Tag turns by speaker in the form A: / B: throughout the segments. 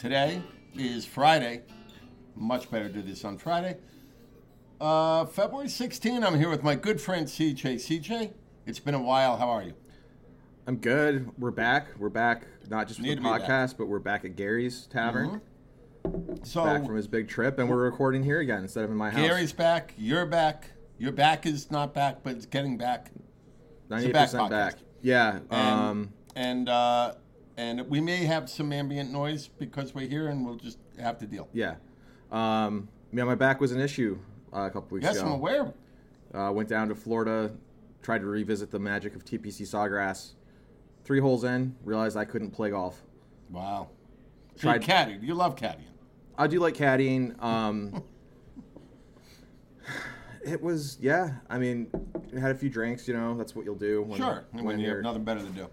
A: Today is Friday. Much better to do this on Friday. Uh, February 16, I'm here with my good friend CJ. CJ, it's been a while. How are you?
B: I'm good. We're back. We're back, not just
A: Need
B: with
A: to
B: the
A: be back.
B: podcast, but we're back at Gary's Tavern,
A: So,
B: back from his big trip, and we're recording here again instead of in my house.
A: Mm-hmm. Oh. Gary's back. You're back. Your back is not back, but it's getting back.
B: 98%
A: podcast.
B: back. Yeah.
A: And,
B: um,
A: and uh, and we may have some ambient noise because we're here, and we'll just have to deal.
B: yeah. Um, yeah, my back was an issue uh, a couple weeks
A: Yes,
B: ago.
A: I'm aware.
B: Uh, went down to Florida, tried to revisit the magic of TPC Sawgrass. Three holes in, realized I couldn't play golf.
A: Wow. So
B: Tried-
A: you caddied. You love caddying.
B: I do like caddying. Um, it was, yeah. I mean, I had a few drinks. You know, that's what you'll do. When,
A: Sure. When, you
B: you're
A: have nothing better to do.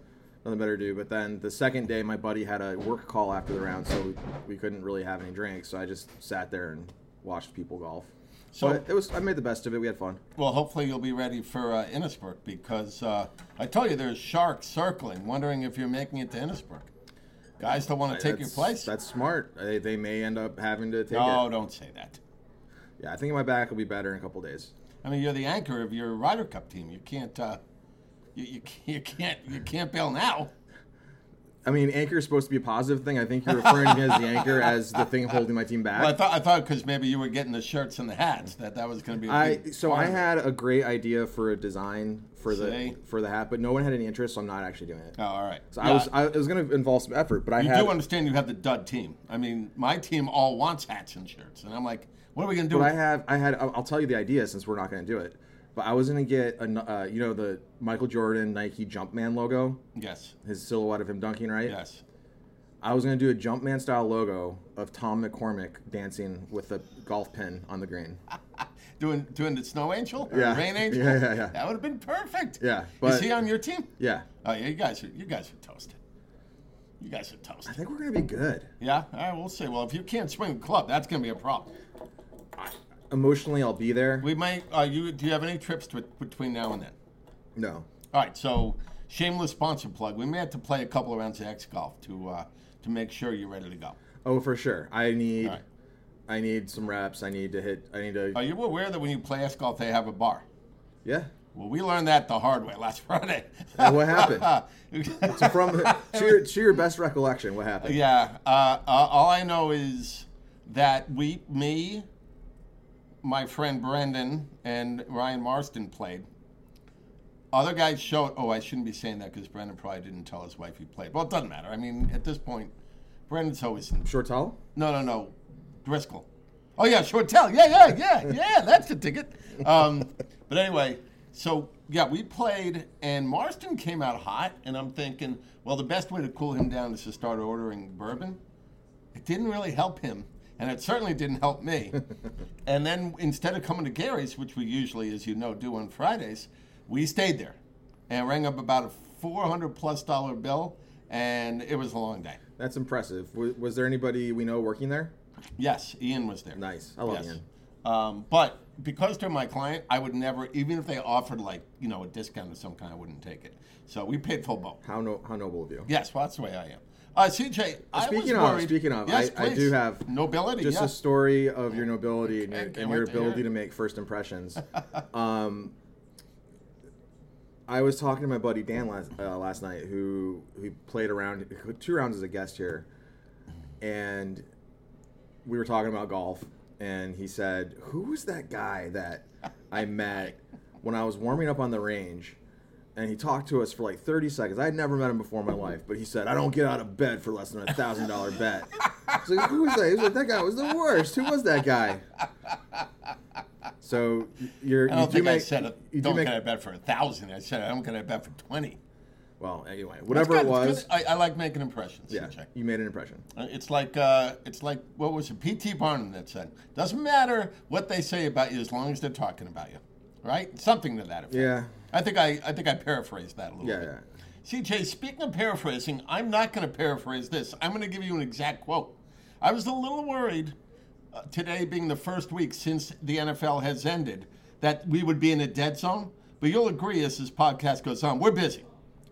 B: nothing better to do. But then the second day, my buddy had a work call after the round, so we, we couldn't really have any drinks. So I just sat there and watched people golf.
A: So-
B: So but it was. I made the best of it. We had fun.
A: Well, hopefully you'll be ready for uh, Innisbrook because uh, I tell you there's sharks circling, wondering if you're making it to Innisbrook. Guys don't want to take your
B: That's-
A: place.
B: That's smart. They, they may end up having to take
A: no,
B: it.
A: don't say that.
B: Yeah, I think my back will be better in a couple days.
A: I mean, you're the anchor of your Ryder Cup team. You can't, uh, you, you, you can't, you can't bail now.
B: I mean, anchor is supposed to be a positive thing. I think you're referring to me as the anchor as the thing holding my team back.
A: Well, I thought, I thought because maybe you were getting the shirts and the hats that that was going to be. a
B: I
A: big
B: so
A: part
B: I
A: of it.
B: had a great idea for a design for the
A: See?
B: for the hat, but no one had any interest, so I'm not actually doing it.
A: Oh, all right.
B: So
A: Yeah,
B: I was I it was going to involve some effort, but I
A: you
B: had
A: do understand you have the dud team. I mean, my team all wants hats and shirts, and I'm like, what are we going to do? with
B: but I have I had I'll I'll tell you the idea since we're not going to do it. But I was going to get an, uh, you know the Michael Jordan Nike Jumpman logo,
A: Yes,
B: his silhouette of him dunking, right?
A: yes.
B: I was going to do a Jumpman style logo of Tom McCormick dancing with a golf pin on the green.
A: Doing doing the snow angel, or
B: Yeah.
A: rain angel.
B: Yeah, yeah, yeah.
A: That would have been perfect.
B: Yeah,
A: is
B: but-
A: he on your team?
B: Yeah.
A: Oh yeah, you guys are you guys are toasted. You guys are
B: I
A: toasted.
B: think we're going to be good.
A: Yeah, all right, we'll see. Well, if you can't swing a club, that's going to be a problem.
B: Emotionally, I'll be there.
A: We might. Uh, you do you have any trips to, between now and then?
B: no.
A: All right, so shameless sponsor plug. We may have to play a couple of rounds of X golf to uh, to make sure you're ready to go.
B: Oh, for sure. I need
A: All right.
B: I need some reps. I need to hit I need to
A: Are you aware that when you play X golf, they have a bar?
B: Yeah.
A: Well, we learned that the hard way last Friday.
B: And what happened?
A: happened?
B: From to your, to your best recollection, what happened?
A: yeah, uh, uh, all I know is that we, me, my friend Brendan, and Ryan Marston played. Other guys showed. Oh, I shouldn't be saying that because Brendan probably didn't tell his wife he played. Well, it doesn't matter. I mean, at this point, Brendan's always in
B: Shortall?
A: No, no, no. Driscoll. Oh yeah, Shortell. Yeah, yeah, yeah, yeah. That's the ticket. Um, but anyway, so yeah, we played, and Marston came out hot, and I'm thinking, well, the best way to cool him down is to start ordering bourbon. It didn't really help him, and it certainly didn't help me. and then instead of coming to Gary's, which we usually, as you know, do on Fridays, we stayed there and rang up about a 400 plus dollar bill, and it was a long day.
B: That's impressive. Was, was there anybody we know working there?
A: Yes, Ian was there.
B: Nice. I love
A: yes.
B: Ian.
A: Um, but because they're my client, I would never, even if they offered like you know a discount of some kind, I wouldn't take it. So we paid full boat.
B: How no, how noble of you.
A: Yes, well, that's the way I am. Uh, CJ, I was
B: Speaking of-
A: worried.
B: speaking of,
A: yes,
B: I- I
A: please.
B: do have
A: nobility.
B: Just a
A: yes.
B: story of your nobility and your,
A: Okay,
B: and
A: what
B: your
A: the heck?
B: ability to make first impressions. um, I was talking to my buddy Dan last, uh, last night, who who played around two rounds as a guest here, and we were talking about golf, and he said, "Who was that guy that I met when I was warming up on the range?" And he talked to us for like 30 seconds. I had never met him before in my life, but he said, "I don't get out of bed for less than a thousand dollar bet." I was like, "Who was that?" He was like, "That guy was the worst. Who was that guy?" So you're.
A: I
B: you
A: don't
B: do
A: think I
B: make-
A: said it.
B: you do
A: don't
B: make-
A: get a bet for a thousand. I said I don't get a bet for twenty.
B: Well, anyway,
A: That's
B: whatever it
A: good, that's
B: was,
A: good. Oh, I, I like making impressions.
B: yeah,
A: CJ.
B: you made an impression.
A: Uh, It's like uh, it's like what was it? P.T. Barnum that said, "Doesn't matter what they say about you as long as they're talking about you." Right? Something to that effect.
B: Yeah,
A: I think I, I think I paraphrased that a little
B: yeah,
A: bit.
B: yeah.
A: CJ, speaking of paraphrasing, I'm not going to paraphrase this. I'm going to give you an exact quote. I was a little worried uh, today, being the first week since the NFL has ended, that we would be in a dead zone. But you'll agree as this podcast goes on, we're busy.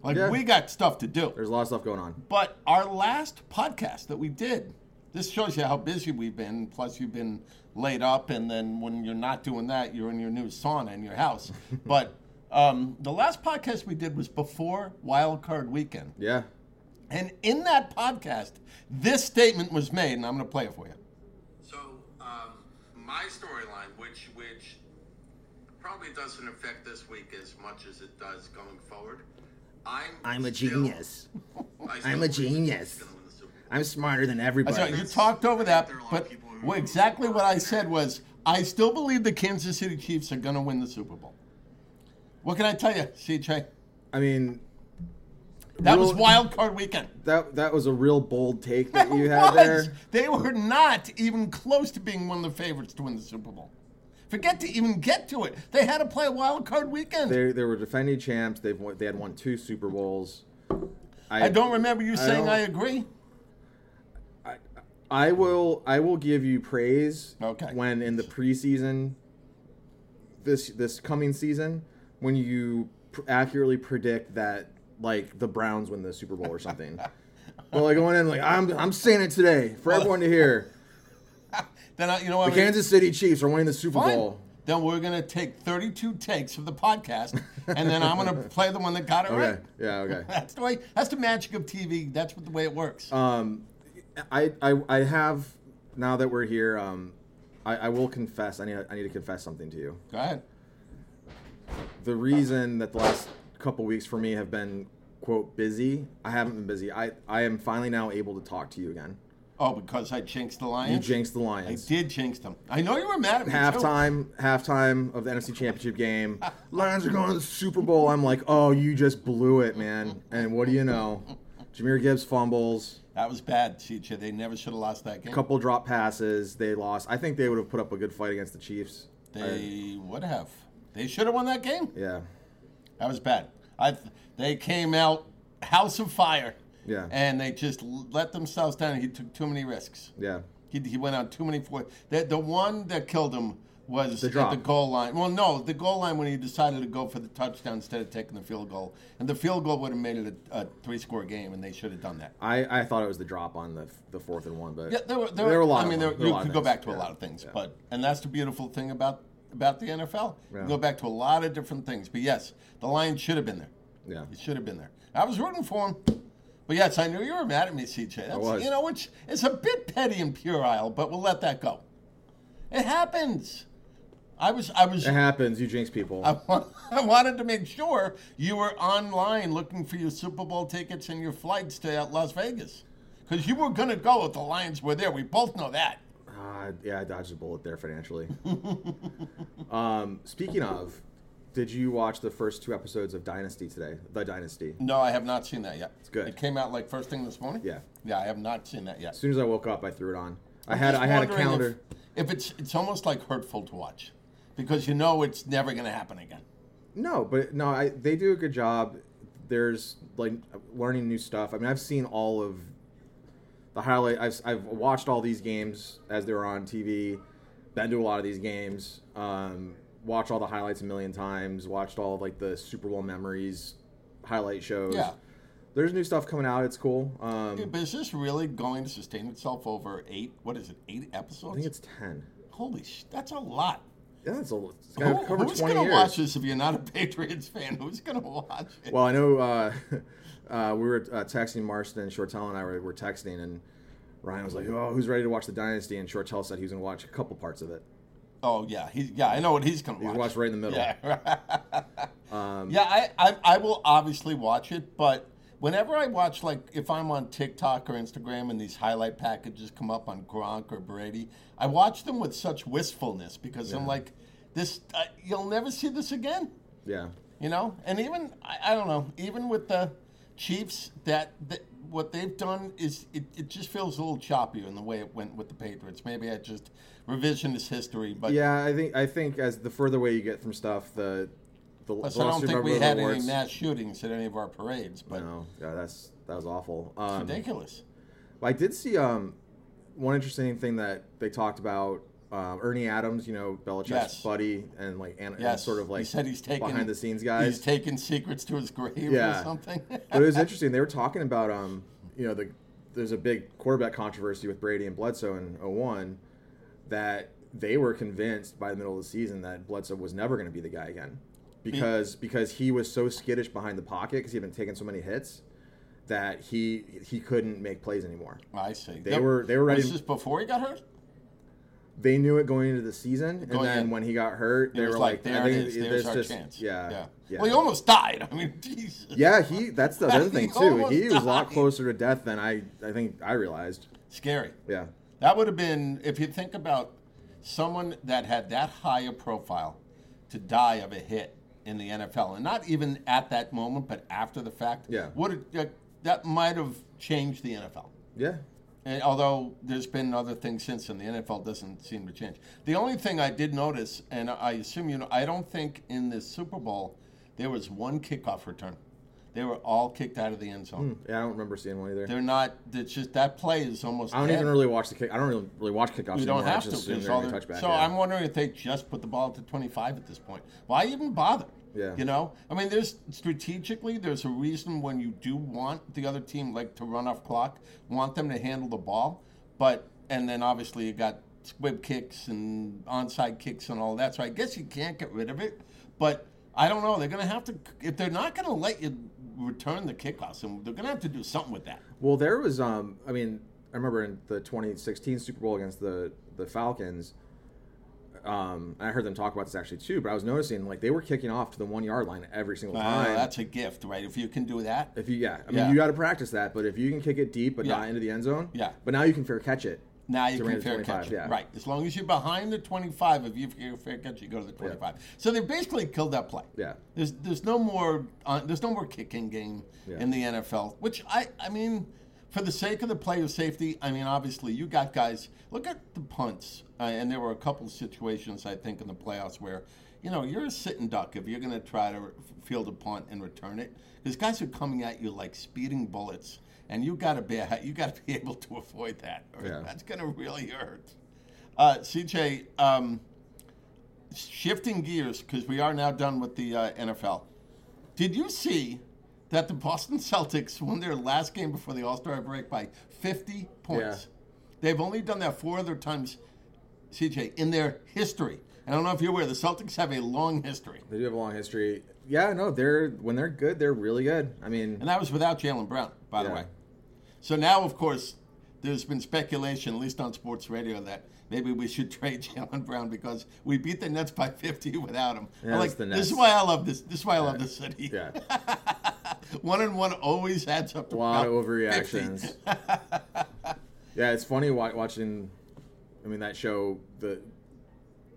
A: Like
B: Yeah.
A: we got stuff to do.
B: There's a lot of stuff going on.
A: But our last podcast that we did This shows you how busy we've been. Plus, you've been laid up, and then when you're not doing that, you're in your new sauna in your house. but um, the last podcast we did was before Wild Card Weekend,
B: Yeah.
A: and in that podcast, this statement was made, and I'm going to play it for you.
C: So um, my storyline, which which probably doesn't affect this week as much as it does going forward, I'm
B: I'm a
C: still-
B: genius.
C: I still
B: I'm a
C: believe the Chiefs
B: genius.
C: gonna win the Super Bowl.
B: I'm smarter than
A: That's
B: everybody.
A: right. You talked over that,
C: There are a lot
A: but
C: of people who-
A: well, exactly what I said was I still believe the Kansas City Chiefs are going to win the Super Bowl. What can I tell you, CJ?
B: I mean,
A: That was
B: Real-
A: wild card weekend.
B: that that was a real bold take that you
A: It
B: had
A: was.
B: there.
A: They were not even close to being one of the favorites to win the Super Bowl. Forget to even get to it. They had to play a wild card weekend.
B: They they were defending champs. They've won, they had won two Super Bowls.
A: I don't remember you saying
B: don't-
A: I agree.
B: I will I will give you praise
A: Okay.
B: when in the preseason this this coming season when you pr- accurately predict that like the Browns win the Super Bowl or something. well, like going in like I'm I'm saying it today for everyone to hear.
A: Then I, you know what?
B: The
A: we-
B: Kansas City Chiefs are winning the Super
A: Fine.
B: Bowl.
A: Then we're gonna take 32 takes of the podcast, and then I'm gonna play the one that got it
B: Okay.
A: right.
B: Yeah, okay.
A: That's the way. That's the magic of TV. That's what the way it works.
B: Um, I, I I have now that we're here. Um, I, I will confess. I need I need to confess something to you.
A: Go ahead.
B: The reason that the last couple weeks for me have been quote busy. I haven't been busy. I I am finally now able to talk to you again.
A: Oh, because I jinxed the
B: You
A: Lions.
B: jinxed the
A: I
B: Lions.
A: did jinx them. I know you were mad at me. too.
B: Halftime, halftime of the NFC Championship game. Lions are going to the Super Bowl. I'm like, oh, you just blew it, man. And what do you know? Jameer Gibbs fumbles.
A: That was bad, CJ. They never should have lost that game.
B: couple drop passes. They lost. I think they would have put up a good fight against the Chiefs. I-
A: They would have. They should have won that game.
B: yeah,
A: That was bad. I. They came out house of fire.
B: Yeah.
A: And they just l- let themselves down. He took too many risks.
B: yeah.
A: He, he went out too many four. The, the one that killed him was
B: The
A: at the
B: drop.
A: goal line. Well, no, the goal line when he decided to go for the touchdown instead of taking the field goal, and the field goal would have made it a, a three-score game, and they should have done that.
B: I, I thought it was the drop on the the fourth and one, but
A: Yeah, there were there,
B: were a
A: I
B: lot.
A: mean,
B: of
A: there,
B: them. There were a
A: you
B: lot of
A: could go
B: things.
A: back to a
B: Yeah.
A: lot of things,
B: Yeah.
A: but and that's the beautiful thing about about the NFL. You
B: Yeah.
A: can go back to a lot of different things, but yes, the Lions should have been there.
B: yeah,
A: It should have been there. I was rooting for him. But yes, I knew you were mad at me, CJ. That's,
B: was.
A: You know, it's, it's a bit petty and puerile, but we'll let that go. It happens. I was, I was,
B: it happens. You jinx people.
A: I, wa- I wanted to make sure you were online looking for your Super Bowl tickets and your flights to Las Vegas, because you were going to go if the Lions were there. We both know that.
B: Ah, yeah, I dodged a bullet there financially. um, speaking of, did you watch the first two episodes of Dynasty today? The Dynasty.
A: No, I have not seen that yet. It's
B: good.
A: It came out like first thing this morning.
B: Yeah.
A: Yeah, I have not seen that yet.
B: As soon as I woke up, I threw it on. I
A: I'm
B: had
A: just
B: I had a
A: wondering if-
B: calendar.
A: If, it's it's almost like hurtful to watch, because you know it's never going to happen again.
B: No, but no, I, they do a good job. There's like learning new stuff. I mean, I've seen all of the highlight. I've, I've watched all these games as they were on TV. Been to a lot of these games. Um, watched all the highlights a million times. Watched all like the Super Bowl memories, highlight shows.
A: Yeah.
B: There's new stuff coming out. It's cool. Um,
A: But is this really going to sustain itself over eight? What is it? Eight episodes?
B: I think it's ten.
A: Holy sh! That's a lot.
B: Yeah, it's a. It's
A: Who,
B: gonna cover
A: who's
B: twenty
A: gonna
B: years.
A: watch this if you're not a Patriots fan? Who's going to watch it?
B: Well, I know uh, uh, we were uh, texting Marston, Shortell, and I were, were texting, and Ryan was like, "Oh, who's ready to watch the Dynasty?" And Shortell said he was gonna watch a couple parts of it.
A: oh yeah, he, yeah, I know what he's going to
B: He
A: watch.
B: watched right in the middle.
A: Yeah.
B: Um,
A: Yeah, I, I I will obviously watch it, but whenever I watch like if I'm on TikTok or Instagram and these highlight packages come up on Gronk or Brady, I watch them with such wistfulness because I'm
B: Yeah.
A: like, this uh, you'll never see this again,
B: yeah,
A: you know. And even I, I don't know, even with the Chiefs, that, that what they've done is it, it just feels a little choppy in the way it went with the Patriots. Maybe I just revisionist history, but
B: yeah. I think I think as the further away you get from stuff, the the
A: plus
B: the
A: I
B: less
A: don't
B: you
A: think we
B: remember
A: had
B: the
A: any
B: words.
A: mass shootings at any of our parades, but.
B: No, yeah, that's that was awful.
A: It's
B: Um,
A: ridiculous.
B: I did see um, one interesting thing that they talked about. Um, Ernie Adams, you know, Belichick's
A: Yes.
B: buddy, and like and, and
A: Yes,
B: sort of like
A: he said he's taking
B: behind the scenes guys.
A: He's taking secrets to his grave or
B: Yeah.
A: something.
B: but it was interesting. They were talking about um, you know, the there's a big quarterback controversy with Brady and Bledsoe in 01 that they were convinced by the middle of the season that Bledsoe was never going to be the guy again because because he was so skittish behind the pocket because he had been taking so many hits that he he couldn't make plays anymore.
A: I see.
B: They were- they were ready-
A: Was this before he got hurt?
B: They knew it going into the season, and
A: Going
B: then
A: in.
B: when he got hurt,
A: It
B: they
A: was
B: were
A: like,
B: like,
A: there
B: I
A: it
B: think
A: is.
B: it-
A: There's our
B: just-
A: chance.
B: Yeah, yeah,
A: Well, he almost died. I mean, Jesus.
B: Yeah, he. That's the other thing
A: He
B: too. He
A: almost
B: was a lot
A: died.
B: closer to death than I. I think I realized.
A: Scary.
B: Yeah,
A: That would have been, if you think about someone that had that high a profile to die of a hit in the NFL, and not even at that moment, but after the fact,
B: Yeah.
A: would have, that, that might have changed the NFL.
B: yeah.
A: And although there's been other things since, and the NFL doesn't seem to change. The only thing I did notice, and I assume you know, I don't think in this Super Bowl there was one kickoff return. They were all kicked out of the end zone.
B: Yeah, I don't remember seeing one either.
A: They're not. It's just that play is almost.
B: I don't
A: dead.
B: even really watch the kick. I don't really, really watch kickoffs.
A: You don't
B: anymore. I
A: have to.
B: just assume
A: It's
B: they're
A: all
B: gonna
A: there.
B: touch back,
A: So
B: yeah.
A: I'm wondering if they just put the ball to 25 at this point. Why even bother?
B: Yeah.
A: You know, I mean, there's strategically there's a reason when you do want the other team like to run off clock, want them to handle the ball, but and then obviously you got squib kicks and onside kicks and all that. So I guess you can't get rid of it, but I don't know. They're gonna have to if they're not gonna let you return the kickoffs, and they're gonna have to do something with that.
B: Well, there was um I mean, I remember in the 2016 Super Bowl against the the Falcons um I heard them talk about this actually too, but I was noticing like they were kicking off to the 1-yard line every single
A: Uh,
B: time.
A: that's a gift, right? If you can do that,
B: if you yeah, I mean
A: Yeah.
B: you got to practice that, but if you can kick it deep but
A: Yeah.
B: not into the end zone,
A: Yeah.
B: But now you can fair catch it.
A: Now you
B: to
A: can
B: range
A: fair
B: 25,
A: catch.
B: yeah.
A: Right. As long as you're behind the 25, if you fair- fair catch, you go to the 25. So they basically killed that play.
B: Yeah.
A: There's there's no more uh, there's no more kicking game
B: Yeah.
A: in the NFL, which I I mean, for the sake of the player's safety, I mean obviously you got guys. Look at the punts, uh, and there were a couple situations I think in the playoffs where. You know, you're a sitting duck if you're going to try to field a punt and return it. Because guys are coming at you like speeding bullets, and you got to be you got to be able to avoid that, or
B: Yeah.
A: that's going to really hurt. Uh, CJ, um, shifting gears because we are now done with the uh, NFL. Did you see that the Boston Celtics won their last game before the All Star break by 50 points? They've only done that four other times, CJ, in their history. And I don't know if you're aware, the Celtics have a long history.
B: They do have a long history. Yeah, no, they're when they're good, they're really good. I mean,
A: And that was without Jalen Brown, by the
B: Yeah.
A: way. So now, of course, there's been speculation, at least on sports radio, that maybe we should trade Jalen Brown because we beat the Nets by 50 without him. I'm
B: Yeah,
A: like,
B: it's the
A: this is
B: Nets.
A: why I love this. This is why I love this city.
B: yeah.
A: one and one always adds up to
B: A lot of
A: about 50.
B: overreactions. yeah, it's funny wa- watching. I mean, that show the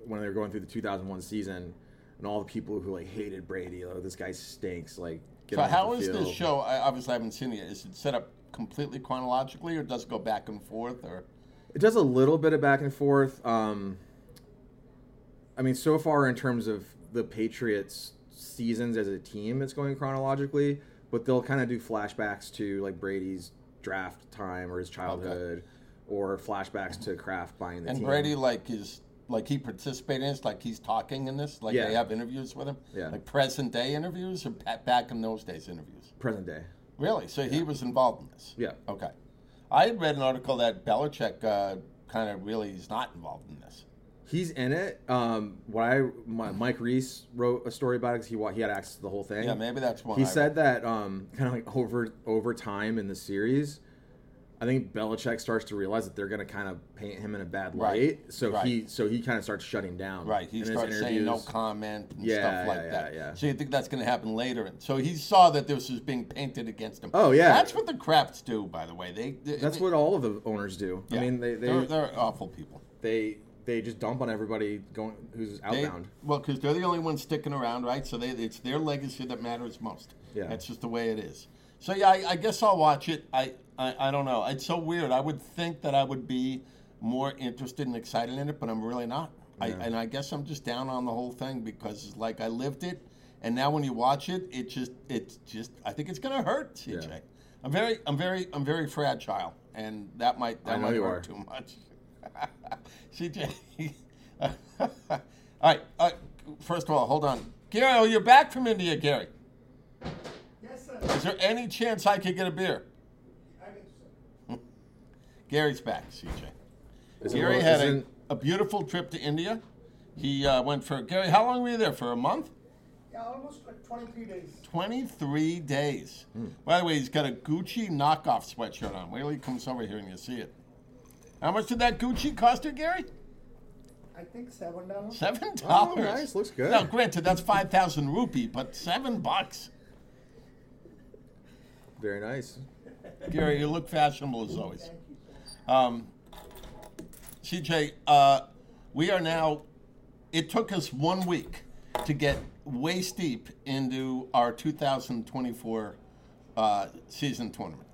B: when they were going through the 2001 season, and all the people who like hated Brady. Oh, this guy stinks. Like, get
A: So
B: him off
A: how
B: the
A: is this
B: field.
A: show? I obviously haven't seen it. yet. Is it set up completely chronologically, or does it go back and forth? Or
B: It does a little bit of back and forth. Um, I mean, so far in terms of the Patriots' seasons as a team, it's going chronologically, but they'll kind of do flashbacks to like Brady's draft time or his childhood, or flashbacks to Kraft buying the
A: and
B: team.
A: Brady like is like he participated in this, like he's talking in this, like
B: Yeah.
A: they have interviews with him,
B: Yeah.
A: like present day interviews or pa- back in those days interviews.
B: present day.
A: Really? So he was involved in this?
B: Yeah.
A: Okay. I had read an article that Belichick uh, kind of really is not involved in this.
B: He's in it. Um, what I my, Mike Reese wrote a story about it 'cause he wa- he had access to the whole thing.
A: Yeah, maybe that's one.
B: He
A: I
B: said that um, kind of like over over time in the series, I think Belichick starts to realize that they're going to kind of paint him in a bad
A: Right.
B: light. So
A: Right.
B: he so he kind of starts shutting down.
A: Right, he
B: in his
A: starts saying no
B: interviews.
A: comment and
B: Yeah,
A: stuff like
B: yeah,
A: that.
B: yeah, yeah.
A: So you think that's going to happen later? And so he saw that this was being painted against him.
B: Oh, yeah.
A: that's what the crafts do, by the way. They, they
B: That's what all of the owners do.
A: yeah.
B: I mean, they they,
A: they're, they're awful people.
B: they they just dump on everybody going who's
A: They,
B: outbound.
A: well, because they're the only ones sticking around, right? So they, it's their legacy that matters most.
B: Yeah.
A: that's just the way it is. So yeah, I, I guess I'll watch it. I, I I don't know. It's so weird. I would think that I would be more interested and excited in it, but I'm really not. I,
B: Yeah.
A: and I guess I'm just down on the whole thing because it's like I lived it, and now when you watch it, it just it's just I think it's gonna hurt. CJ.
B: Yeah.
A: I'm very I'm very I'm very fragile, and that might that
B: I know
A: might
B: you
A: hurt
B: are.
A: too much. CJ. all right. Uh, first of all, hold on. Gary, oh, you're back from India, Gary.
D: Yes, sir.
A: Is there any chance I could get a beer?
D: I'm interested.
A: Gary's back, CJ.
B: Is it-
A: Gary had a,
B: isn't-
A: a beautiful trip to India. He uh, went for Gary. How long were you there? For a month?
D: Yeah, almost like 23 days.
A: 23 days.
B: Hmm.
A: By the way, he's got a Gucci knockoff sweatshirt on. Wait till he comes over here and you see it. How much did that Gucci cost you, Gary?
D: I think seven dollars.
A: Seven
B: Oh,
A: dollars.
B: nice. Looks good.
A: Now, granted, that's five thousand rupee, but seven bucks.
B: Very nice.
A: Gary, you look fashionable as always. Um, CJ, uh, we are now. It took us one week to get waist deep into our 2024 uh, season tournament.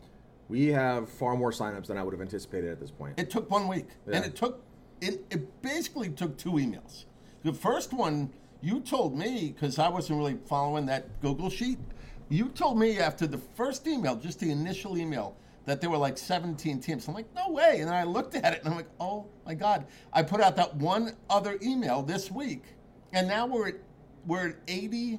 B: We have far more signups than I would have anticipated at this point.
A: It took one week, and
B: Yeah.
A: it took it, it basically took two emails. The first one you told me because I wasn't really following that Google sheet. You told me after the first email, just the initial email, that there were like 17 teams. I'm like, no way. And then I looked at it and I'm like, oh my god. I put out that one other email this week, and now we're at we're at 83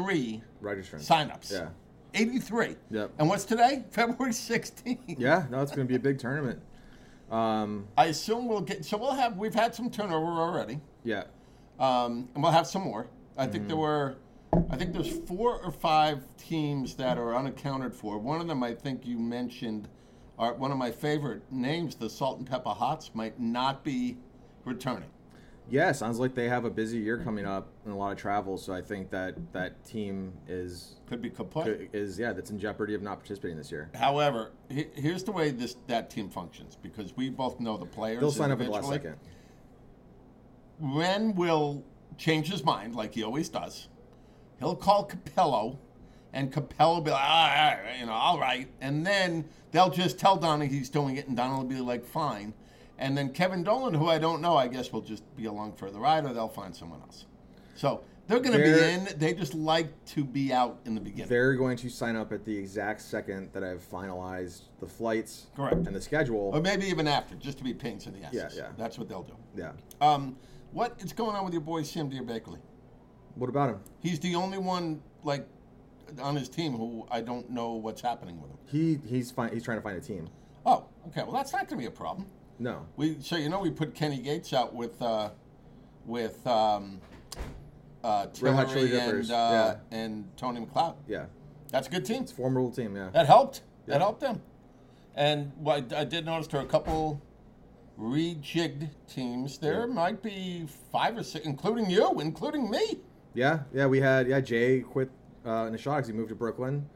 B: Registrants.
A: signups.
B: Yeah.
A: 83.
B: Yep.
A: And what's today? February 16th.
B: Yeah. No, it's going to be a big tournament. Um,
A: I assume we'll get so we'll have we've had some turnover already,
B: yeah.
A: um, and we'll have some more. I think
B: Mm-hmm.
A: there were, I think there's four or five teams that are unaccounted for. One of them I think you mentioned, are one of my favorite names, the Salt and Pepper Hots, might not be returning.
B: Yeah. Sounds like they have a busy year coming up and a lot of travel. So I think that that team is
A: Could be kaput.
B: is yeah that's in jeopardy of not participating this year.
A: However, he, here's the way this that team functions because we both know the players.
B: They'll sign up at the last
A: individually.
B: second.
A: Ren will change his mind like he always does. He'll call Capello, and Capello will be like, all right, all right, you know, all right. And then they'll just tell Donna he's doing it, and Donna will be like, fine. And then Kevin Dolan, who I don't know, I guess will just be along for the ride, or they'll find someone else. So they're going to be
B: They're-
A: in. They just like to be out in the beginning.
B: They're going to sign up at the exact second that I've finalized the flights
A: Correct.
B: and the schedule.
A: or maybe even after, just to be pains in the ass.
B: Yeah, yeah.
A: That's what they'll do.
B: Yeah.
A: Um, what is going on with your boy Sam Diabakley?
B: What about him?
A: He's the only one like on his team who I don't know what's happening with him.
B: He he's fine. He's trying to find a team.
A: Oh, okay. Well, that's not going to be a problem.
B: No.
A: We so you know we put Kenny Gates out with uh, with um, uh,
B: Red Hot
A: Tillery
B: Chili
A: and
B: Peppers,
A: uh, and Tony McLeod.
B: Yeah.
A: That's a good team.
B: It's a formidable team. Yeah.
A: That helped.
B: Yeah.
A: That helped them. And what I I did notice there are a couple rejigged teams. There
B: Yeah.
A: might be five or six, including you, including me.
B: Yeah, yeah, we had yeah Jay quit uh, in the shot because he moved to Brooklyn,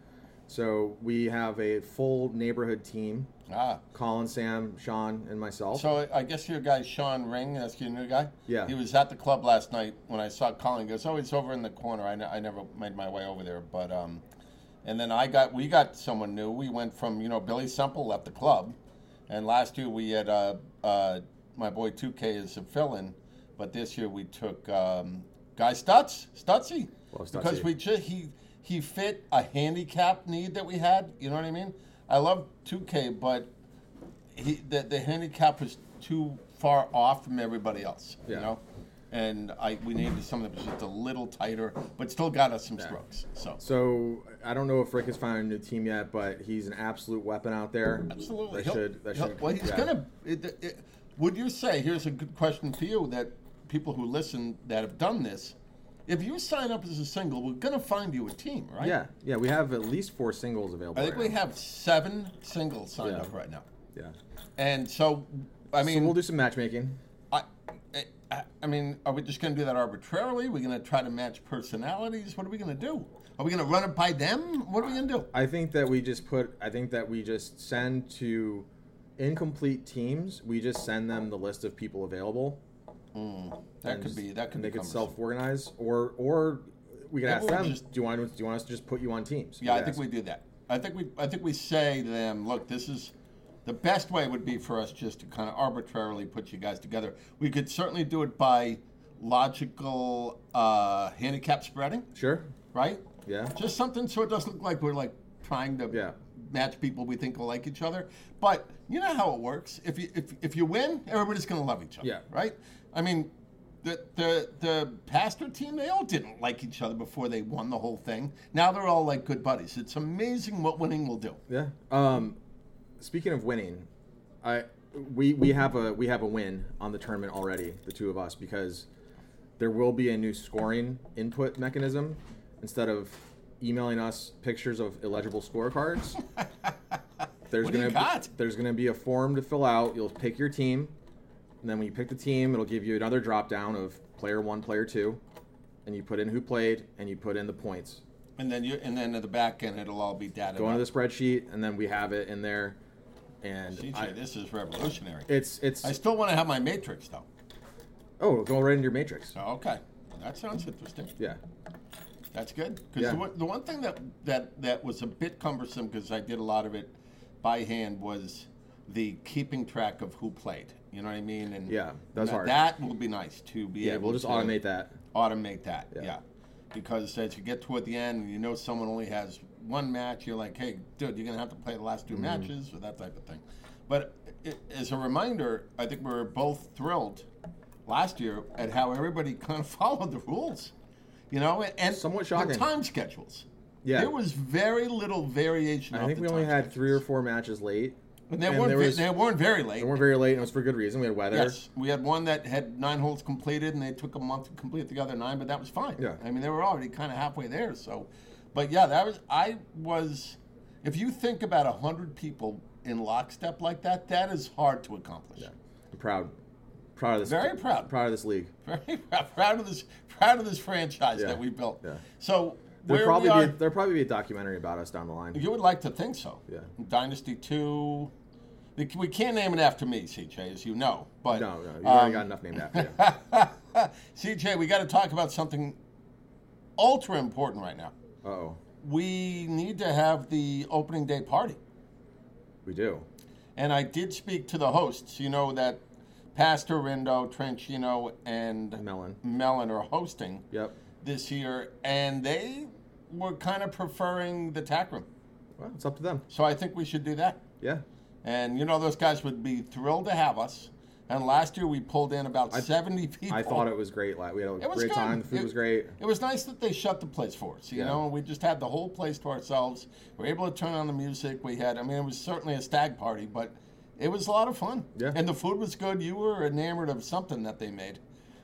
B: so we have a full neighborhood team:
A: Ah,
B: Colin, Sam, Sean, and myself.
A: So I guess your guy Sean Ring, that's your new guy.
B: Yeah.
A: He was at the club last night when I saw Colin. He goes, "Oh, he's over in the corner." I, ne- I never made my way over there, but um, and then I got we got someone new. We went from you know Billy Semple left the club, and last year we had uh, uh, my boy Two K is a fill-in, but this year we took um, Guy Stutz Stutzy
B: Love Stutzy.
A: because we just he he fit a handicap need that we had. You know what I mean? I love Two K, but he the, the handicap was too far off from everybody else. You
B: Yeah.
A: know, and I we needed something that was just a little tighter, but still got us some strokes. So
B: So I don't know if Rick has found a new team yet, but he's an absolute weapon out there.
A: absolutely,
B: that
A: he'll-
B: should that
A: he'll-
B: should.
A: well, he's
B: yeah.
A: gonna. It, it, would you say here's a good question for you that people who listen that have done this, if you sign up as a single, we're gonna find you a team, right?
B: Yeah, yeah, we have at least four singles available.
A: I think
B: right
A: we
B: now.
A: have seven singles signed
B: Yeah.
A: up right now,
B: Yeah,
A: and so I mean
B: so we'll do some matchmaking.
A: I, I, I mean, are we just going to do that arbitrarily? We're going to try to match personalities. What are we going to do? Are we going to run it by them? What are we going to do?
B: I think that we just put. I think that we just send to incomplete teams. We just send them the list of people available.
A: That
B: and
A: could
B: just-
A: be. That could
B: and
A: be.
B: they could
A: cumbersome.
B: self-organize, or or we could
A: Yeah,
B: ask
A: or
B: them.
A: just-
B: do you want do you want us to just put you on teams?
A: Yeah, I think
B: could ask.
A: we do that. I think we. I think we say to them, look, this is the best way would be for us just to kind of arbitrarily put you guys together. We could certainly do it by logical uh, handicap spreading,
B: Sure.
A: right?
B: Yeah.
A: Just something so it doesn't look like we're like trying to
B: Yeah.
A: match people we think will like each other. But you know how it works. If you if, if you win, everybody's gonna love each other.
B: Yeah.
A: Right? I mean the, the the pastor team, they all didn't like each other before they won the whole thing. Now they're all like good buddies. It's amazing what winning will do.
B: Yeah. Um, speaking of winning, I we we have a we have a win on the tournament already, the two of us, because there will be a new scoring input mechanism instead of emailing us pictures of illegible scorecards. There's
A: What do you
B: gonna
A: got?
B: Be, there's gonna be a form to fill out. You'll pick your team, and then when you pick the team, it'll give you another drop down of player one, player two, and you put in who played and you put in the points.
A: And then you and then at the back end, it'll all be data.
B: Go into the spreadsheet, and then we have it in there. And
A: CJ,
B: I,
A: this is revolutionary.
B: it's it's
A: I still want to have my matrix though.
B: oh, go right into your matrix.
A: So okay, that sounds interesting.
B: Yeah,
A: That's good. Because
B: Yeah.
A: the, one- the one thing that, that, that was a bit cumbersome, because I did a lot of it by hand, was the keeping track of who played. You know what I mean? And
B: Yeah, that's
A: now
B: hard.
A: That will be nice to be
B: yeah.
A: able
B: We'll just
A: to
B: automate that.
A: Automate that, yeah.
B: Yeah.
A: Because as you get toward the end and you know someone only has one match, you're like, hey, dude, you're going to have to play the last 2
B: Mm-hmm.
A: matches or that type of thing. But i as a reminder, I think we were both thrilled last year at how everybody kind of followed the rules. You know, and- and
B: Somewhat
A: the
B: shocking.
A: time schedules.
B: Yeah.
A: There was very little variation.
B: I
A: of
B: think
A: the
B: we only
A: time
B: had
A: schedules.
B: three or four matches late.
A: And they
B: and
A: weren't.
B: there
A: ve-
B: was-
A: they weren't very late.
B: They weren't very late, and it was for good reason. We had weather.
A: Yes, we had one that had nine holes completed, and they took a month to complete the other nine, but that was fine.
B: Yeah.
A: I mean, they were already kind of halfway there. So, but yeah, that was. I was. If you think about a hundred people in lockstep like that, that is hard to accomplish.
B: Yeah. I'm proud. Proud of this.
A: Very proud.
B: Proud of this league.
A: Very proud, proud of this. Proud of this franchise
B: Yeah.
A: that we built.
B: Yeah.
A: So
B: There'll
A: where
B: probably
A: we are,
B: be there'll probably be a documentary about us down the line.
A: You would like to think so.
B: Yeah.
A: Dynasty two. We we can't name it after me, CJ, as you know. But
B: no, no,
A: um,
B: you already got enough named after you.
A: CJ, we got to talk about something ultra important right now.
B: Uh oh,
A: We need to have the opening day party.
B: we do.
A: And I did speak to the hosts. You know that Pastor Rindo, Trenchino, and
B: Melon.
A: Mellon are hosting
B: Yep.
A: this year, and they were kind of preferring the tack room.
B: Well, it's up to them.
A: So I think we should do that.
B: Yeah.
A: And you know those guys would be thrilled to have us. And last year we pulled in about seventy people.
B: I thought it was great. Like we had a
A: It was
B: great
A: good.
B: time. The food
A: It-
B: was great.
A: It was nice that they shut the place for us, you
B: Yeah.
A: know, and we just had the whole place to ourselves. We were able to turn on the music. We had, I mean, it was certainly a stag party, but it was a lot of fun.
B: Yeah.
A: And the food was good. You were enamored of something that they made,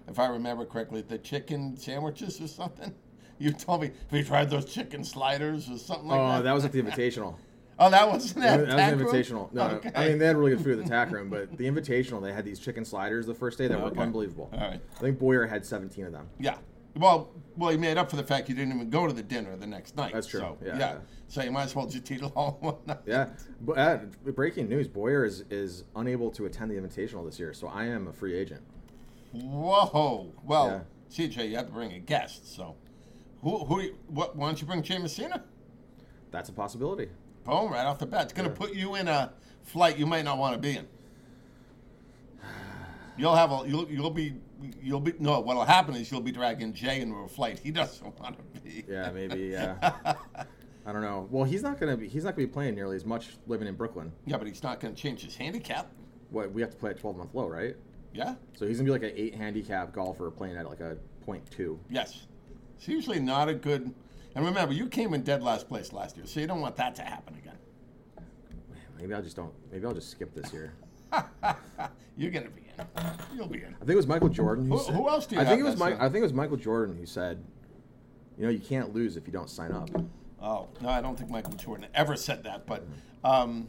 A: if I remember correctly, the chicken sandwiches or something. You told me we tried those chicken sliders or something like
B: Oh,
A: that.
B: that was at the Invitational.
A: oh, that wasn't
B: That
A: that.
B: was that
A: tack
B: was
A: room?
B: Invitational. No, no.
A: Okay.
B: I mean they had really good food at the tack room, but the Invitational they had these chicken sliders the first day that
A: Okay.
B: were unbelievable.
A: All right.
B: I think Boyer had 17 of them.
A: Yeah. Well, well, he made up for the fact you didn't even go to the dinner the next night.
B: That's true.
A: So,
B: Yeah, yeah.
A: So you might as well just eat it all in one night.
B: Yeah, but uh, breaking news: Boyer is is unable to attend the Invitational this year, so I am a free agent.
A: Whoa. Well, CJ, you have to bring a guest. So, who, who, what? Why don't you bring Jay Messina?
B: That's a possibility.
A: Boom! Right off the bat, it's going to put you in a flight you might not want to be in. You'll have a you'll you'll be you'll be no. What'll happen is you'll be dragging Jay into a flight he doesn't want to be.
B: Yeah, maybe. Yeah, I don't know. Well, he's not gonna be he's not gonna be playing nearly as much living in Brooklyn.
A: Yeah, but he's not going to change his handicap.
B: What we have to play at 12 month low, right?
A: Yeah.
B: So he's gonna be like an eight handicap golfer playing at like a point two.
A: Yes. It's usually not a good. And remember, you came in dead last place last year, so you don't want that to happen again.
B: Maybe I'll just don't. Maybe I'll just skip this year.
A: You're going to be in. You'll be in.
B: I think it was Michael Jordan who,
A: Who-
B: said,
A: who else do you
B: I
A: have
B: think it was
A: that
B: Mike,
A: said-
B: I think it was Michael Jordan who said, you know, you can't lose if you don't sign up.
A: Oh no, I don't think Michael Jordan ever said that. But um,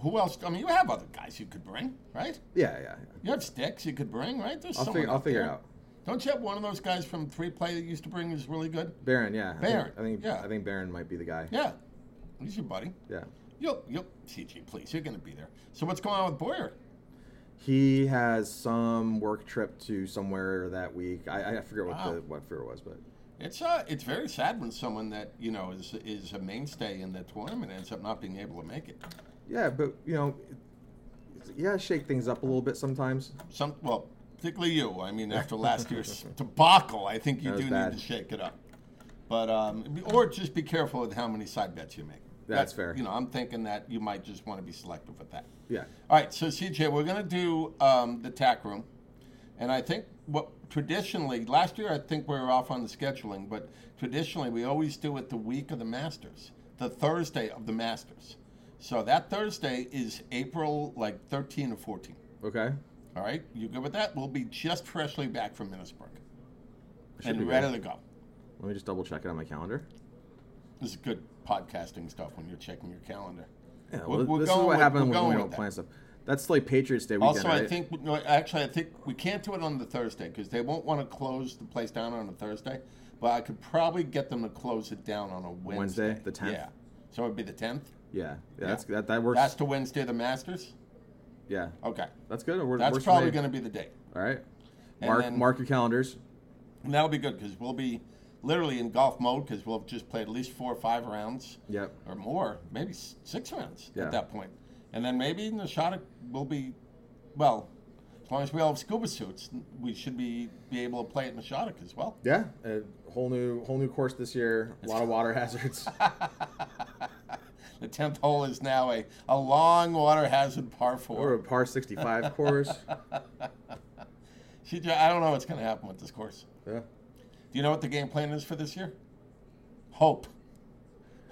A: who else? I mean, you have other guys you could bring, right?
B: Yeah, yeah. yeah.
A: You have sticks you could bring, right? There's
B: I'll
A: someone
B: figure. I'll
A: out
B: figure it
A: there.
B: out.
A: Don't you have one of those guys from three play that you used to bring who's really good?
B: Baron, yeah.
A: Barron,
B: I think I think,
A: yeah.
B: I think Baron might be the guy.
A: Yeah, he's your buddy.
B: Yeah.
A: You'll, you'll, CG, please, you're going to be there. So what's going on with Boyer?
B: He has some work trip to somewhere that week. I, I forget what
A: Wow.
B: the what fear was, but
A: It's uh, it's very sad when someone that you know is is a mainstay in the tournament ends up not being able to make it.
B: yeah, but you know, you gotta shake things up a little bit sometimes.
A: Some well, particularly you. I mean, after last year's debacle, I think you
B: That
A: do
B: was bad.
A: need to shake it up. But um, or just be careful with how many side bets you make.
B: That's
A: That-
B: fair.
A: You know, I'm thinking that you might just want to be selective with that.
B: Yeah,
A: All right, so CJ, we're going to do um, the tack room, and I think what traditionally last year I think we were off on the scheduling, but traditionally we always do it the week of the Masters, the Thursday of the Masters, So that Thursday is April like 13 or 14.
B: Okay.
A: All right, you good with that? We'll be just freshly back from Minnesburg
B: Should be
A: and
B: good.
A: ready to go.
B: Let me just double check it on my calendar.
A: This is good podcasting stuff when you're checking your calendar.
B: Yeah,
A: We're-
B: well,
A: we're
B: this is
A: going
B: what
A: with- we're
B: happened
A: going
B: when we
A: with
B: don't
A: that.
B: plan stuff. That's like Patriots Day weekend,
A: Also,
B: right?
A: I think no, actually, I think we can't do it on the Thursday because they won't want to close the place down on a Thursday. But I could probably get them to close it down on a Wednesday,
B: Wednesday, the 10th?
A: Yeah, so it'd be the tenth.
B: yeah, yeah, that's that that works.
A: That's the Wednesday of the Masters.
B: yeah,
A: Okay,
B: that's good. It wor-
A: that's
B: works for
A: probably
B: me.
A: going to be the date.
B: All right.
A: And
B: Mark
A: then-
B: mark your calendars.
A: And that'll be good because we'll be literally in golf mode because we'll have just played at least four or five rounds.
B: Yep.
A: or more, maybe s- six rounds
B: Yeah.
A: at that point. And then maybe Nashada will be, well, as long as we all have scuba suits, we should be, be able to play at Nashada as well.
B: Yeah, a whole new whole new course this year. A lot of water hazards.
A: The 10th hole is now a, a long water hazard par
B: or
A: four.
B: a par 65 course.
A: CJ, I don't know what's going to happen with this course.
B: Yeah.
A: Do you know what the game plan is for this year? Hope.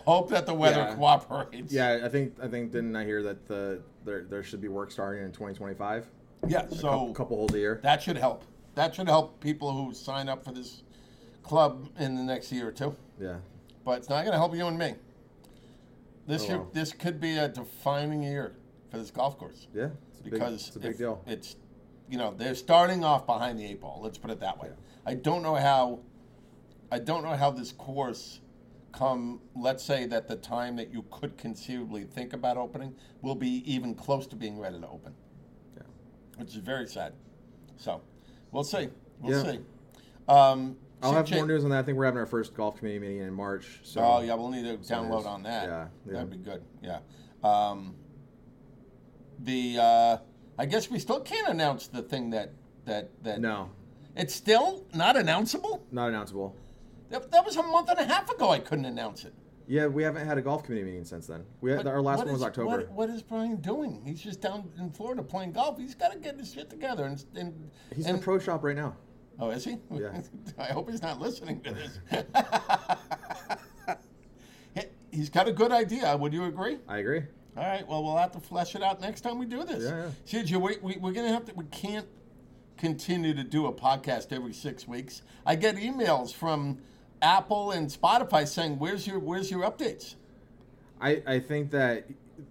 A: Hope that the weather
B: Yeah.
A: cooperates.
B: Yeah, I think I think didn't I hear that the there, there should be work starting in 2025.
A: Yeah,
B: A couple,
A: so
B: couple holes a year.
A: Oh. that should help. That should help people who sign up for this club in the next year or two.
B: yeah.
A: but it's not going to help you and me. This
B: Oh,
A: year,
B: well.
A: this could be a defining year for this golf course
B: Yeah. It's a big,
A: because
B: it's a big
A: if
B: deal.
A: It's you know they're starting off behind the eight ball. Let's put it that way. I don't know how. I don't know how this course, come let's say that the time that you could conceivably think about opening will be even close to being ready to open,
B: yeah.
A: which is very sad. So, we'll see. We'll
B: Yeah.
A: see. Um,
B: I'll have
A: CJ
B: more news on that. I think we're having our first golf committee meeting in March. So
A: oh yeah, we'll need to
B: so
A: download
B: there's-
A: on that.
B: yeah, yeah.
A: that'd be good. Yeah. Um, the uh, I guess we still can't announce the thing that that that
B: No,
A: it's still not announceable.
B: not announceable.
A: That, that was a month and a half ago. I couldn't announce it.
B: Yeah, we haven't had a golf committee meeting since then. We had,
A: But
B: our last
A: what
B: one was
A: is-
B: October.
A: What, what is Brian doing? He's just down in Florida playing golf. He's got to get his shit together. And, and
B: He's in
A: and,
B: the pro shop right now.
A: Oh, is he?
B: Yeah.
A: I hope he's not listening to this. He- He's got a good idea. Would you agree?
B: I agree.
A: All right. Well, we'll have to flesh it out next time we do this.
B: Yeah, yeah.
A: CJ, we, we, we're gonna have to. We can't continue to do a podcast every six weeks. I get emails from Apple and Spotify saying, "Where's your Where's your updates?"
B: I, I think that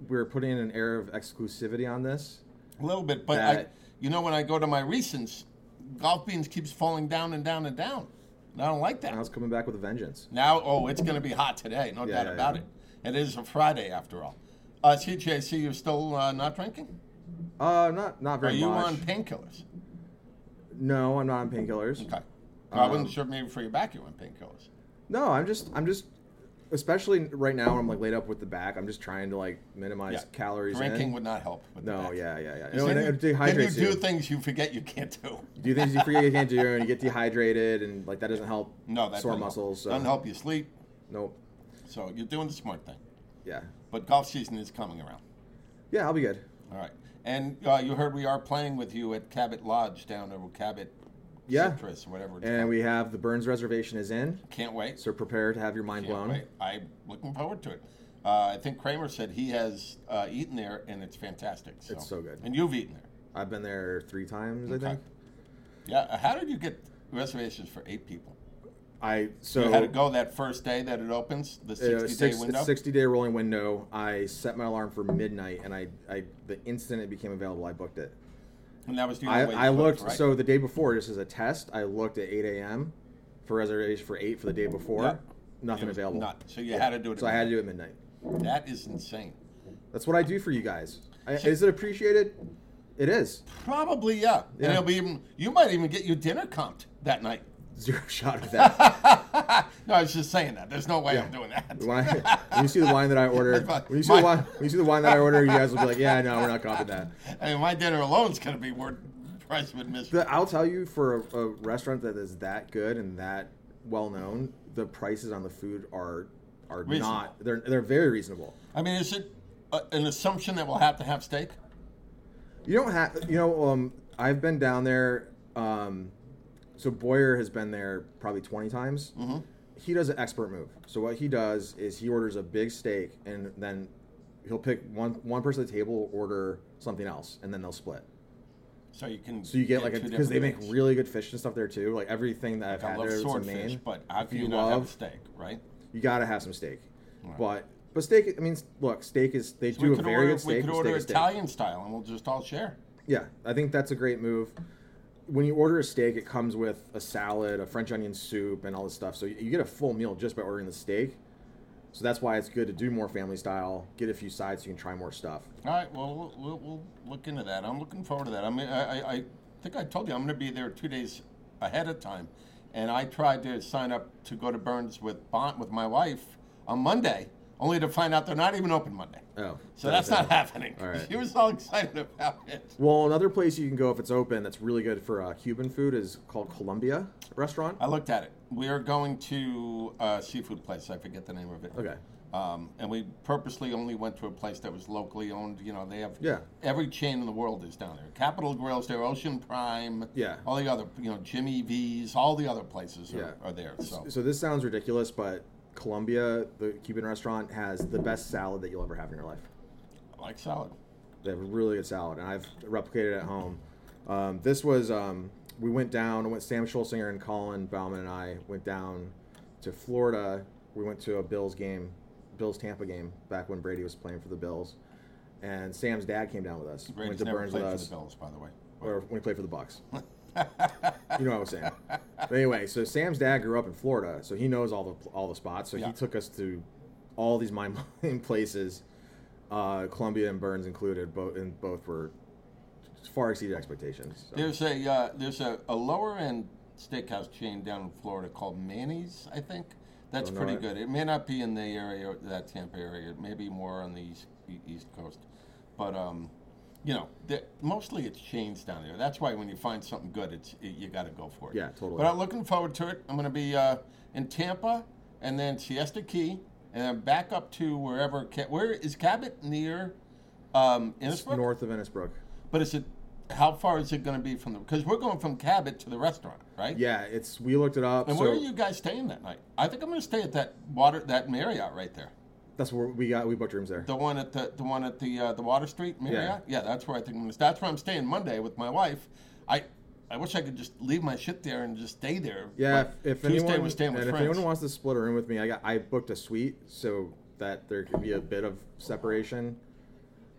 B: we're putting in an air of exclusivity on this.
A: A little bit, but I,
B: That-
A: you know, when I go to my recents, Golf Beans keeps falling down and down and down. And I don't like that.
B: And I was coming back with a vengeance.
A: Now, oh, it's going to be hot today, no
B: Uh-huh. Yeah,
A: doubt
B: yeah,
A: about
B: yeah.
A: it. It is a Friday after all. Uh, CJ, I see you're still uh, not drinking.
B: Uh, not not
A: Are
B: very
A: you
B: much.
A: on painkillers?
B: no, I'm not on painkillers.
A: Okay. No, I wasn't
B: Um,
A: sure maybe for your back you went painkillers.
B: No, I'm just I'm just especially right now when I'm like laid up with the back. I'm just trying to like minimize calories.
A: Drinking
B: in.
A: would not help. With
B: No,
A: the back.
B: yeah, yeah, yeah.
A: You
B: No,
A: said
B: and it
A: you- then you
B: dehydrates
A: do
B: you.
A: things you forget you can't do.
B: do things you forget you can't do, and you get dehydrated, and like that doesn't help.
A: No, that
B: sore
A: doesn't
B: muscles. uh,
A: Help.
B: So.
A: Doesn't help you sleep.
B: Nope.
A: So you're doing the smart thing.
B: Yeah.
A: But golf season is coming around.
B: Yeah, I'll be good.
A: All right. And uh, you heard we are playing with you at Cabot Lodge down over Cabot
B: Yeah.
A: Citrus or whatever it's
B: And
A: called.
B: we have the Burns reservation is in,
A: Can't wait.
B: so prepare to have your mind
A: Can't
B: blown.
A: wait. I'm looking forward to it. Uh, I think Kramer said he has uh, eaten there and it's fantastic. So.
B: It's so good.
A: And you've eaten there.
B: I've been there three times,
A: Okay.
B: I think.
A: Yeah, uh, how did you get reservations for eight people?
B: I
A: So
B: so
A: you had to go that first day that it opens, the
B: uh,
A: 60
B: six-
A: day window?
B: sixty day rolling window. I set my alarm for midnight, and I, I the instant it became available, I booked it.
A: and that was the only
B: I,
A: way
B: I
A: to book,
B: looked
A: right?
B: so the day before just as a test. I looked at eight a.m. for reservation for eight for the day before.
A: Yeah. It
B: Nothing
A: was
B: available.
A: not- so you had to do it at
B: So I had to do it at midnight.
A: That is insane.
B: That's what I do for you guys. I, is it appreciated? It is.
A: Probably, yeah.
B: Yeah.
A: And it'll be even, you might even get your dinner comped that night.
B: Zero shot of that.
A: no, I was just saying that. There's no way I'm
B: Yeah.
A: doing that.
B: When, I, when you see the wine that I ordered, when you see the
A: My-
B: wine, when you see the wine that I order, you guys will be like, "Yeah, no, we're not copying that."
A: I mean, my dinner alone's going to be worth the price of admission.
B: The, I'll tell you, for a, a restaurant that is that good and that well known, the prices on the food are are
A: Reasonable.
B: not. They're they're very reasonable.
A: I mean, is it uh an assumption that we'll have to have steak?
B: You don't have. You know, um, I've been down there. Um, so Boyer has been there probably twenty times.
A: Mm-hmm.
B: He does an expert move. So what he does is he orders a big steak and then he'll pick one one person at the table will order something else, and then they'll split.
A: So you can.
B: So you get like
A: two
B: because they make
A: different meals.
B: really good fish and stuff there too. Like everything that I've
A: I
B: had
A: love
B: there is in
A: swordfish,
B: Maine.
A: but how
B: if
A: can
B: you
A: you not have
B: love-
A: a steak, right?
B: You gotta have some steak,
A: Right.
B: but but steak. I mean, s- look, steak is they
A: So
B: do
A: we
B: a
A: could
B: very
A: order,
B: good steak.
A: we could
B: but
A: order
B: steak is steak.
A: Italian style, and we'll just all share.
B: Yeah, I think that's a great move. When you order a steak, it comes with a salad, a French onion soup, and all this stuff. So you you get a full meal just by ordering the steak. So that's why it's good to do more family style. Get a few sides, so you can try more stuff.
A: All right. Well, we'll, we'll, we'll look into that. I'm looking forward to that. I mean, I, I, I think I told you I'm going to be there two days ahead of time, and I tried to sign up to go to Burns with Bont with my wife on Monday, only to find out they're not even open Monday.
B: Oh,
A: So that's not happening.
B: All right.
A: She was all excited about it.
B: Well, another place you can go if it's open that's really good for uh, Cuban food is called Columbia Restaurant.
A: I looked at it. We are going to a seafood place. I forget the name of it.
B: Okay.
A: Um, and we purposely only went to a place that was locally owned. You know, they have
B: Yeah.
A: every chain in the world is down there. Capital Grill's there, Ocean Prime,
B: Yeah.
A: all the other, you know, Jimmy V's, all the other places are,
B: Yeah.
A: are there. So,
B: So this sounds ridiculous, but Columbia, the Cuban restaurant, has the best salad that you'll ever have in your life.
A: I like salad.
B: They have a really good salad, and I've replicated it at home. Um, this was um, we went down. I went Sam Schulzinger and Colin Bauman and I went down to Florida. We went to a Bills game, Bills Tampa game back when Brady was playing for the Bills, and Sam's dad came down with us. went
A: Brady's
B: to
A: never
B: Burns
A: played
B: with
A: for
B: us.
A: the Bills, by the way.
B: or when he played for the Bucks. you know what I was saying. But anyway, so Sam's dad grew up in Florida, so he knows all the all the spots. So
A: Yeah.
B: he took us to all these mind-blowing places, uh, Columbia and Burns included. Both and both were far exceeded expectations. So.
A: There's a uh, there's a, a lower end steakhouse chain down in Florida called Manny's, I think. That's
B: Don't know
A: pretty
B: it.
A: good. It may not be in the area that Tampa area. It may be more on the east, e- east coast, but um, you know, the- mostly it's chains down there. That's why when you find something good, it's it, you got to go for it.
B: Yeah, totally.
A: But I'm looking forward to it. I'm going to be uh, in Tampa and then Siesta Key and then back up to wherever. Ca- where is Cabot near? Um,
B: It's
A: Innisbrook.
B: north of Innisbrook.
A: But is it how far is it going to be from the? Because we're going from Cabot to the restaurant, right?
B: Yeah, it's we looked it up.
A: And
B: so
A: where are you guys staying that night? I think I'm going to stay at that water that Marriott right there.
B: That's where we got we booked rooms there.
A: The one at the the one at the uh, the Water Street Marriott. Yeah. that's where I think I'm going to. That's where I'm staying Monday with my wife. I. I wish I could just leave my shit there and just stay there.
B: Yeah,
A: But
B: if, if
A: Tuesday
B: anyone
A: we're staying with
B: and if
A: friends.
B: anyone wants to split a room with me, I got I booked a suite so that there could be a bit of separation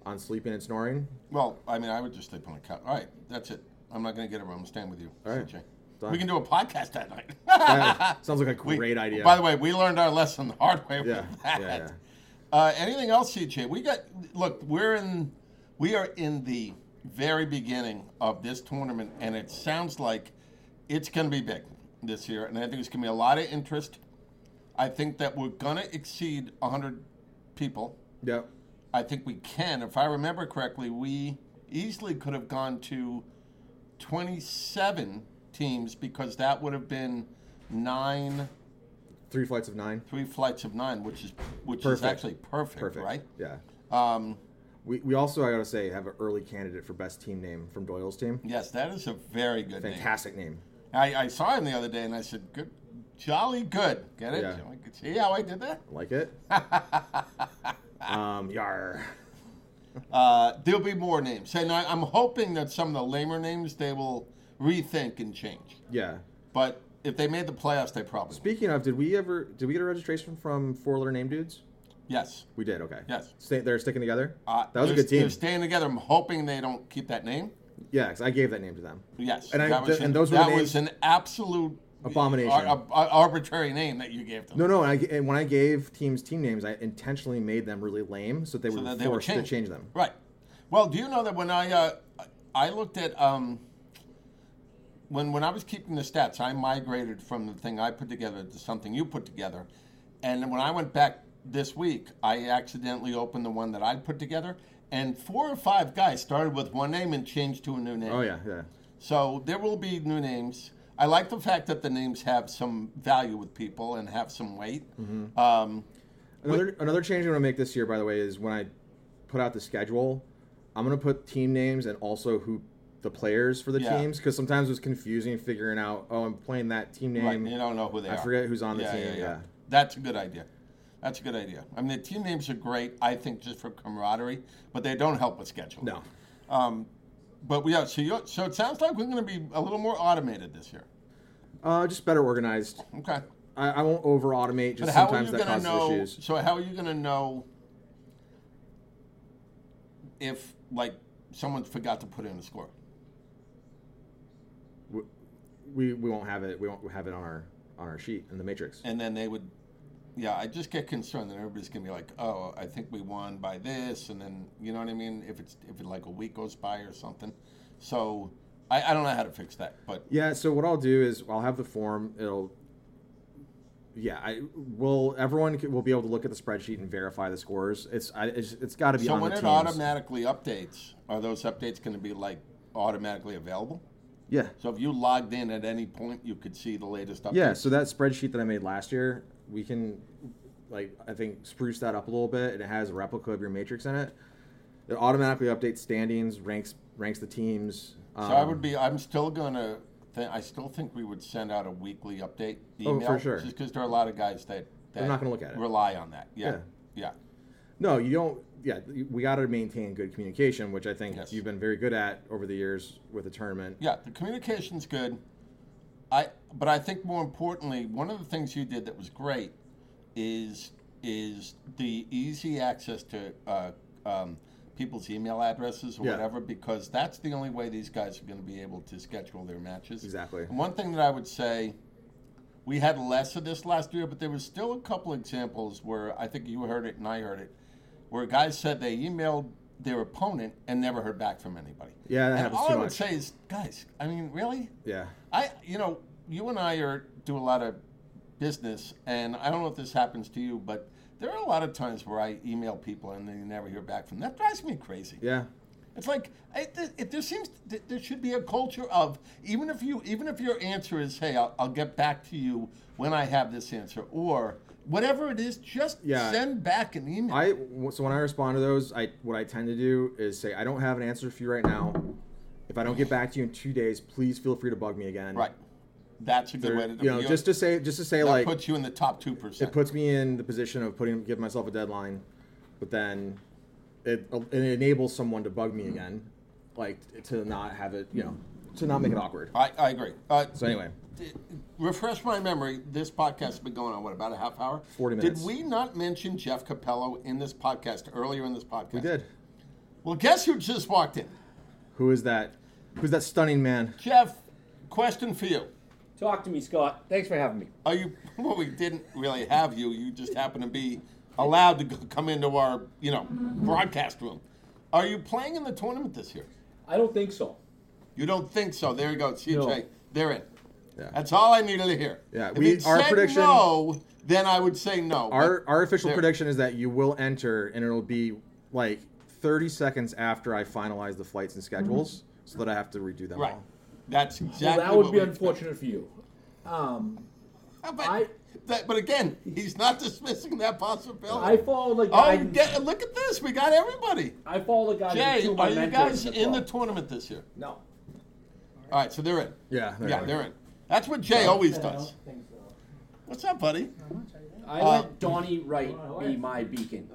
B: on sleeping and snoring.
A: well, I mean, I would just sleep on the couch. All right, that's it. I'm not going to get a room. I'm staying with you.
B: All right.
A: CJ.
B: Done.
A: We can do a podcast that night.
B: That sounds like a
A: We-
B: great idea.
A: By the way, we learned our lesson the hard way
B: Yeah,
A: with
B: yeah,
A: that.
B: yeah.
A: Uh, anything else, CJ? We got look. We're in. We are in the very beginning of this tournament, and it sounds like it's going to be big this year. And I think it's going to be a lot of interest. I think that we're going to exceed 100 people.
B: yep.
A: I think we can. If I remember correctly, we easily could have gone to 27 teams because that would have been nine
B: Three flights of nine.
A: three flights of nine, which is which is
B: Perfect.
A: actually perfect,
B: Perfect.
A: right?
B: Yeah.
A: Um,
B: We, we also I gotta say have an early candidate for best team name from Doyle's team.
A: yes, that is a very good
B: Fantastic name.
A: name. I, I saw him the other day, and I said, "Good, jolly good." Get it?
B: Yeah.
A: Jolly good. See how I did that?
B: Like it. um. Yar.
A: Uh, there'll be more names, and I, I'm hoping that some of the lamer names they will rethink and change.
B: Yeah.
A: But if they made the playoffs, they probably will.
B: Speaking of, did we ever did we get a registration from four letter name dudes?
A: yes.
B: We did. Okay.
A: Yes.
B: Stay, they're sticking together.
A: Uh,
B: that was a
A: they're-
B: good team.
A: They're staying together. I'm hoping they don't keep that name.
B: Yeah, 'cause I gave that name to them.
A: Yes,
B: And I-
A: that was
B: th-
A: an,
B: and those were
A: that
B: names-
A: was an absolute
B: Abomination.
A: ar- ar- arbitrary name that you gave them.
B: No, no. And, I, and when I gave teams team names, I intentionally made them really lame so they were
A: that
B: forced
A: they would
B: to
A: change.
B: change them.
A: Right. Well, do you know that when I uh, I looked at um, when when I was keeping the stats, I migrated from the thing I put together to something you put together, and when I went back this week, I accidentally opened the one that I put together, and four or five guys started with one name and changed to a new name.
B: Oh yeah, yeah.
A: So there will be new names. I like the fact that the names have some value with people and have some weight.
B: Mm-hmm.
A: Um,
B: Another another change I'm gonna make this year, by the way, is when I put out the schedule, I'm gonna put team names and also who the players for the
A: Yeah.
B: teams because sometimes it was confusing figuring out. Oh, I'm playing that team
A: Right,
B: name.
A: you don't know who they
B: I
A: are.
B: forget who's on the team, yeah.
A: That's a good idea. That's a good idea. I mean, the team names are great, I think, just for camaraderie, but they don't help with scheduling.
B: No.
A: Um, but we have, so, you so it sounds like we're going to be a little more automated this year.
B: Uh, just better organized.
A: Okay.
B: I, I won't over automate.
A: But
B: Just
A: how are you
B: sometimes that
A: going to
B: causes
A: know?
B: issues.
A: So how are you going to know if like someone forgot to put in a score?
B: W- We, we won't have it. We won't have it on our on our sheet in the matrix.
A: and then they would yeah i just get concerned that everybody's gonna be like oh i think we won by this and then you know what i mean if it's if it like a week goes by or something so i, I don't know how to fix that but
B: Yeah. So what I'll do is I'll have the form. It'll. Yeah, I will. Everyone c- will be able to look at the spreadsheet and verify the scores. It's I, it's, it's got to be
A: so
B: on
A: when
B: the
A: it
B: teams.
A: automatically updates are those updates going to be like automatically available
B: yeah.
A: so if you logged in at any point you could see the latest update
B: Yeah, so that spreadsheet that I made last year, we can, like, I think spruce that up a little bit, and it has a replica of your matrix in it. It automatically updates standings, ranks ranks the teams.
A: so i
B: um,
A: would be i'm still gonna th- i still think we would send out a weekly update
B: Oh,
A: email
B: for sure.
A: just because there are a lot of guys that, that
B: They're not gonna look at it.
A: rely on that yeah,
B: Yeah.
A: yeah.
B: No, you don't. Yeah, we got to maintain good communication, which I think
A: Yes.
B: you've been very good at over the years with the tournament.
A: Yeah, the communication's good. I but I think more importantly, one of the things you did that was great is is the easy access to uh, um, people's email addresses or
B: Yeah.
A: whatever because that's the only way these guys are going to be able to schedule their matches.
B: Exactly.
A: And one thing that I would say, we had less of this last year, but there was still a couple examples where I think you heard it and I heard it, where guys said they emailed their opponent and never heard back from anybody.
B: Yeah, that
A: and
B: happens
A: all
B: too
A: I would
B: much.
A: say is, guys, I mean, really?
B: Yeah.
A: I, you know, you and I are do a lot of business, and I don't know if this happens to you, but there are a lot of times where I email people and then you never hear back from them. That drives me crazy.
B: Yeah.
A: It's like I, th- it, there seems th- there should be a culture of even if you even if your answer is hey I'll, I'll get back to you when I have this answer or whatever it is just
B: Yeah.
A: send back an email.
B: I so when I respond to those, I what I tend to do is say I don't have an answer for you right now. If I don't get back to you in two days, please feel free to bug me again.
A: right, that's a good
B: There-
A: way to do
B: you know,
A: it.
B: just to say, just to say,
A: that
B: like
A: puts you in the top two
B: it
A: percent.
B: puts me in the position of putting give myself a deadline, but then it it enables someone to bug me again, like to not have it, you know, to not make it awkward.
A: I, I agree. Uh,
B: So anyway,
A: d- refresh my memory. This podcast has been going on what about a half hour?
B: 40 minutes.
A: Did we not mention Jeff Capello in this podcast earlier in this podcast?
B: we did.
A: Well, guess who just walked in?
B: Who is that? Who's that stunning man?
A: Jeff, question for you.
E: Talk to me, Scott. Thanks for having me.
A: Are you? Well, we didn't really have you. You just happened to be allowed to c- come into our, you know, broadcast room. Are you playing in the tournament this year?
E: I don't think so.
A: You don't think so? There you go, CJ.
E: No.
A: They're in.
B: Yeah.
A: That's all I needed to hear.
B: Yeah,
A: If
B: we-
A: it
B: our
A: said
B: prediction-
A: No, then I would say no.
B: Our
A: but
B: our official
A: there-
B: prediction is that you will enter, and it'll be like 30 seconds after I finalize the flights and schedules, so that I have to redo them
A: Mm-hmm. Right.
B: all.
A: That's
E: Well,
A: exactly.
E: that would
A: what
E: be
A: we expect.
E: unfortunate for you. Um,
A: Uh, But,
E: I-
A: that- but again, he's not dismissing that possibility.
E: I followed a
A: oh,
E: guy.
A: get, look at this. We got everybody.
E: I followed a guy.
A: Jay,
E: who
A: are
E: was my
A: you
E: mentor
A: guys in the
E: club.
A: tournament this year?
E: no.
A: All right, so they're in.
B: Yeah. there
A: Yeah,
B: you go.
A: they're in. That's what Jay always
D: I
A: does.
D: don't think so.
A: What's up, buddy?
E: I
A: Uh,
E: let Donnie Wright be my beacon,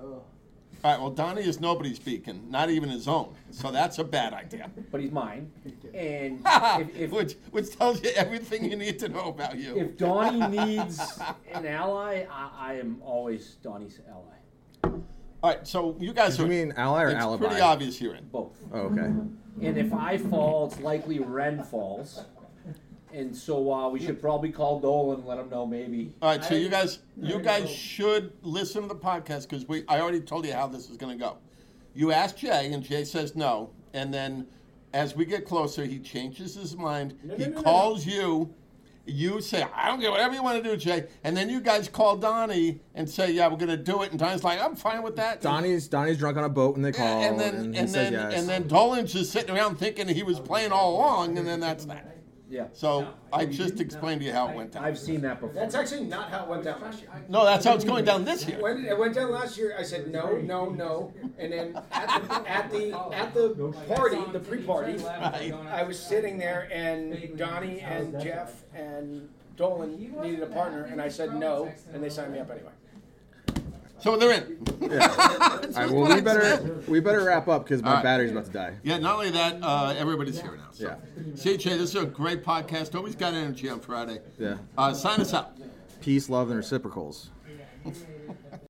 A: All right, well, Donnie is nobody's beacon, not even his own. So that's a bad idea.
E: but he's mine. And if, if,
A: which, which tells you everything you need to know about you.
E: if Donnie needs an ally, I, I am always Donnie's ally.
A: All right, so you guys
B: Do
A: are.
B: you mean ally or
A: it's
B: alibi?
A: pretty obvious Mm-hmm. you're in.
E: Both.
B: Oh, okay.
E: And if I fall, it's likely Ren falls. And so uh, we should probably call Dolan and let him know maybe.
A: All right, so
E: I-
A: you guys, you
D: you
A: guys
D: go.
A: should listen to the podcast because we. I already told you how this is going to go. You ask Jay, and Jay says no, and then as we get closer, he changes his mind.
E: No,
A: he
E: no, no, no,
A: calls you. You say, I don't care, whatever you want to do, Jay. And then you guys call Donnie and say, Yeah, we're going to do it. And Donnie's like, I'm fine with that.
B: Donnie's Donnie's drunk on a boat, and they call,
A: and then
B: he
A: and
B: says
A: then
B: yes.
A: and then Dolan's just sitting around thinking he was playing all along, and then that's that.
E: Yeah.
A: So I just explained to you how it went down.
E: I've seen that before.
F: That's actually not how it went down last year.
A: No, that's how it's going down this year.
F: When it went down last year, I said no, no, no, and then at the at the at the party, the pre-party,
A: Right.
F: I was sitting there, and Donnie and Jeff and Dolan needed a partner, and I said no, and they signed me up anyway.
A: So they're in.
B: All right, well, we better we better wrap up because my
A: All right.
B: battery's about to die.
A: Yeah, not only that, uh, everybody's here now. So.
B: Yeah.
A: CJ, this is a great podcast. Always got energy on Friday.
B: Yeah.
A: Uh, sign us up.
B: Peace, love, and reciprocals.